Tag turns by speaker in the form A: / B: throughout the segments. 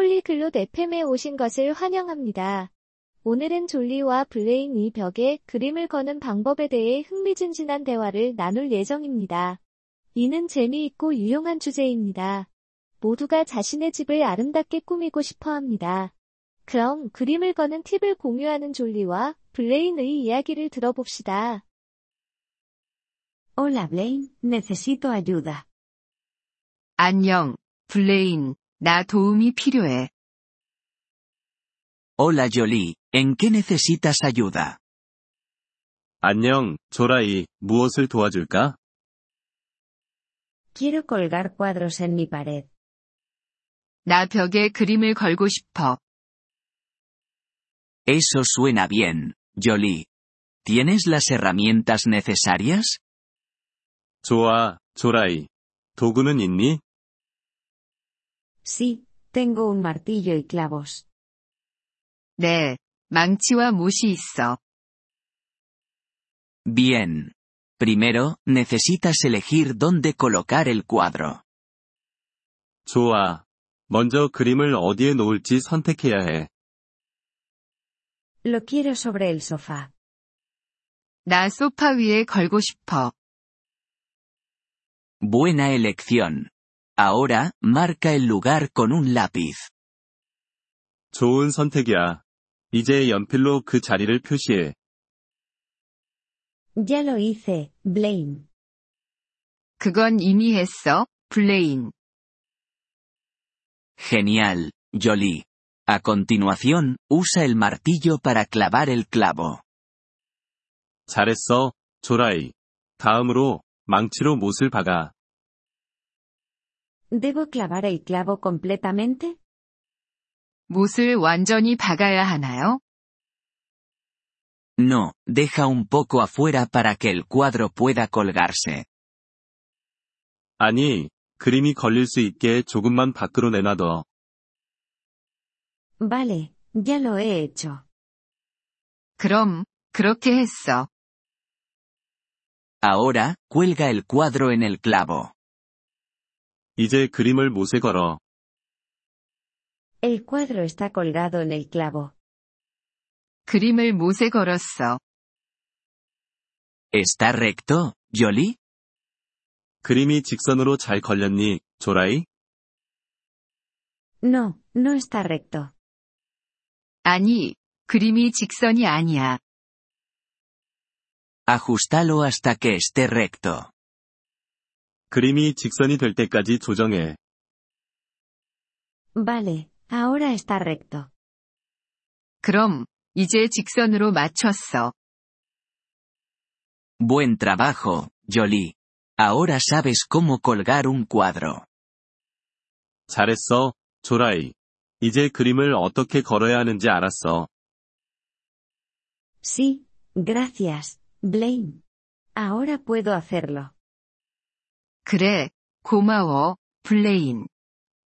A: 폴리글롯 FM에 오신 것을 환영합니다. 오늘은 졸리와 블레인 이 벽에 그림을 거는 방법에 대해 흥미진진한 대화를 나눌 예정입니다. 이는 재미있고 유용한 주제입니다. 모두가 자신의 집을 아름답게 꾸미고 싶어 합니다. 그럼 그림을 거는 팁을 공유하는 졸리와 블레인의 이야기를 들어봅시다.
B: Hola Blaine, necesito ayuda.
C: 안녕, 블레인. 나 도움이 필요해.
D: Hola Jolie, ¿en qué necesitas ayuda?
E: 안녕, 조라이, 무엇을 도와줄까?
B: Quiero colgar cuadros en mi pared.
C: 나 벽에 그림을 걸고 싶어.
D: Eso suena bien, Jolie. ¿Tienes las herramientas necesarias?
E: 좋아, 조라이. 도구는 있니?
B: Sí, tengo un martillo y clavos.
C: 네, 망치와 못이 있어.
D: Bien. Primero, necesitas elegir dónde colocar el cuadro.
E: 좋아. 먼저 그림을 어디에 놓을지 선택해야 해.
B: Lo quiero sobre el sofá.
C: 나 소파 위에 걸고 싶어.
D: Buena elección. Ahora, marca el lugar con un lápiz.
E: 좋은 선택이야. 이제 연필로 그 자리를 표시해.
B: Ya lo hice, Blaine.
C: 그건 이미 했어, 블레인.
D: Genial, Jolie. A continuación, usa el martillo para clavar el clavo.
E: 잘했어, 조라이. 다음으로, 망치로 못을 박아.
B: ¿Debo clavar el clavo completamente?
C: 못을 완전히 박아야 하나요?
D: No, deja un poco afuera para que el cuadro pueda colgarse.
E: 아니, 그림이 걸릴 수 있게 조금만 밖으로 내놔둬.
B: Vale, ya lo he hecho.
C: 그럼, 그렇게 했어.
D: Ahora, cuelga el cuadro en el clavo.
E: 이제 그림을 못에 걸어.
B: El cuadro está colgado en el clavo.
C: 그림을 못에 걸었어.
D: ¿Está recto, Jolie?
E: 그림이 직선으로 잘 걸렸니, 조라이?
B: No, no está recto.
C: 아니, 그림이 직선이 아니야.
D: Ajustalo hasta que esté recto.
E: 그림이 직선이 될 때까지 조정해.
B: Vale, ahora está recto.
C: 그럼, 이제 직선으로 맞췄어.
D: Buen trabajo, Jolie. Ahora sabes cómo colgar un cuadro.
E: 잘했어, 조라이. 이제 그림을 어떻게 걸어야 하는지 알았어.
B: Sí, gracias, Blaine. Ahora puedo hacerlo.
C: 그래, 고마워, 블레인.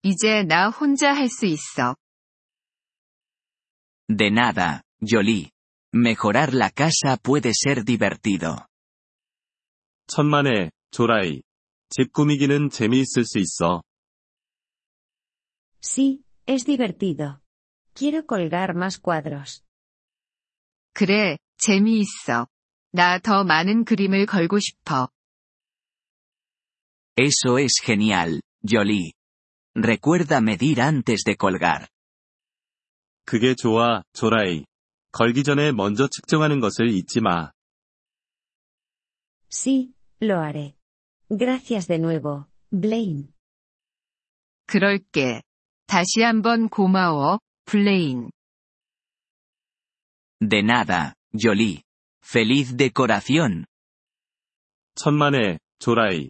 C: 이제 나 혼자 할 수 있어.
D: De nada, Jolie. Mejorar la casa puede ser divertido.
E: 천만에, 조라이. 집 꾸미기는 재미있을 수 있어.
B: Sí, es divertido. Quiero colgar más cuadros.
C: 그래, 재미있어. 나 더 많은 그림을 걸고 싶어.
D: Eso es genial, Jolie. Recuerda medir antes de colgar.
E: 그게 좋아, 조라이. 걸기 전에 먼저 측정하는 것을 잊지 마.
B: Sí, lo haré. Gracias de nuevo, Blaine.
C: 그럴게. 다시 한번 고마워, 블레인.
D: De nada, Jolie. Feliz decoración.
E: 천만에, 조라이.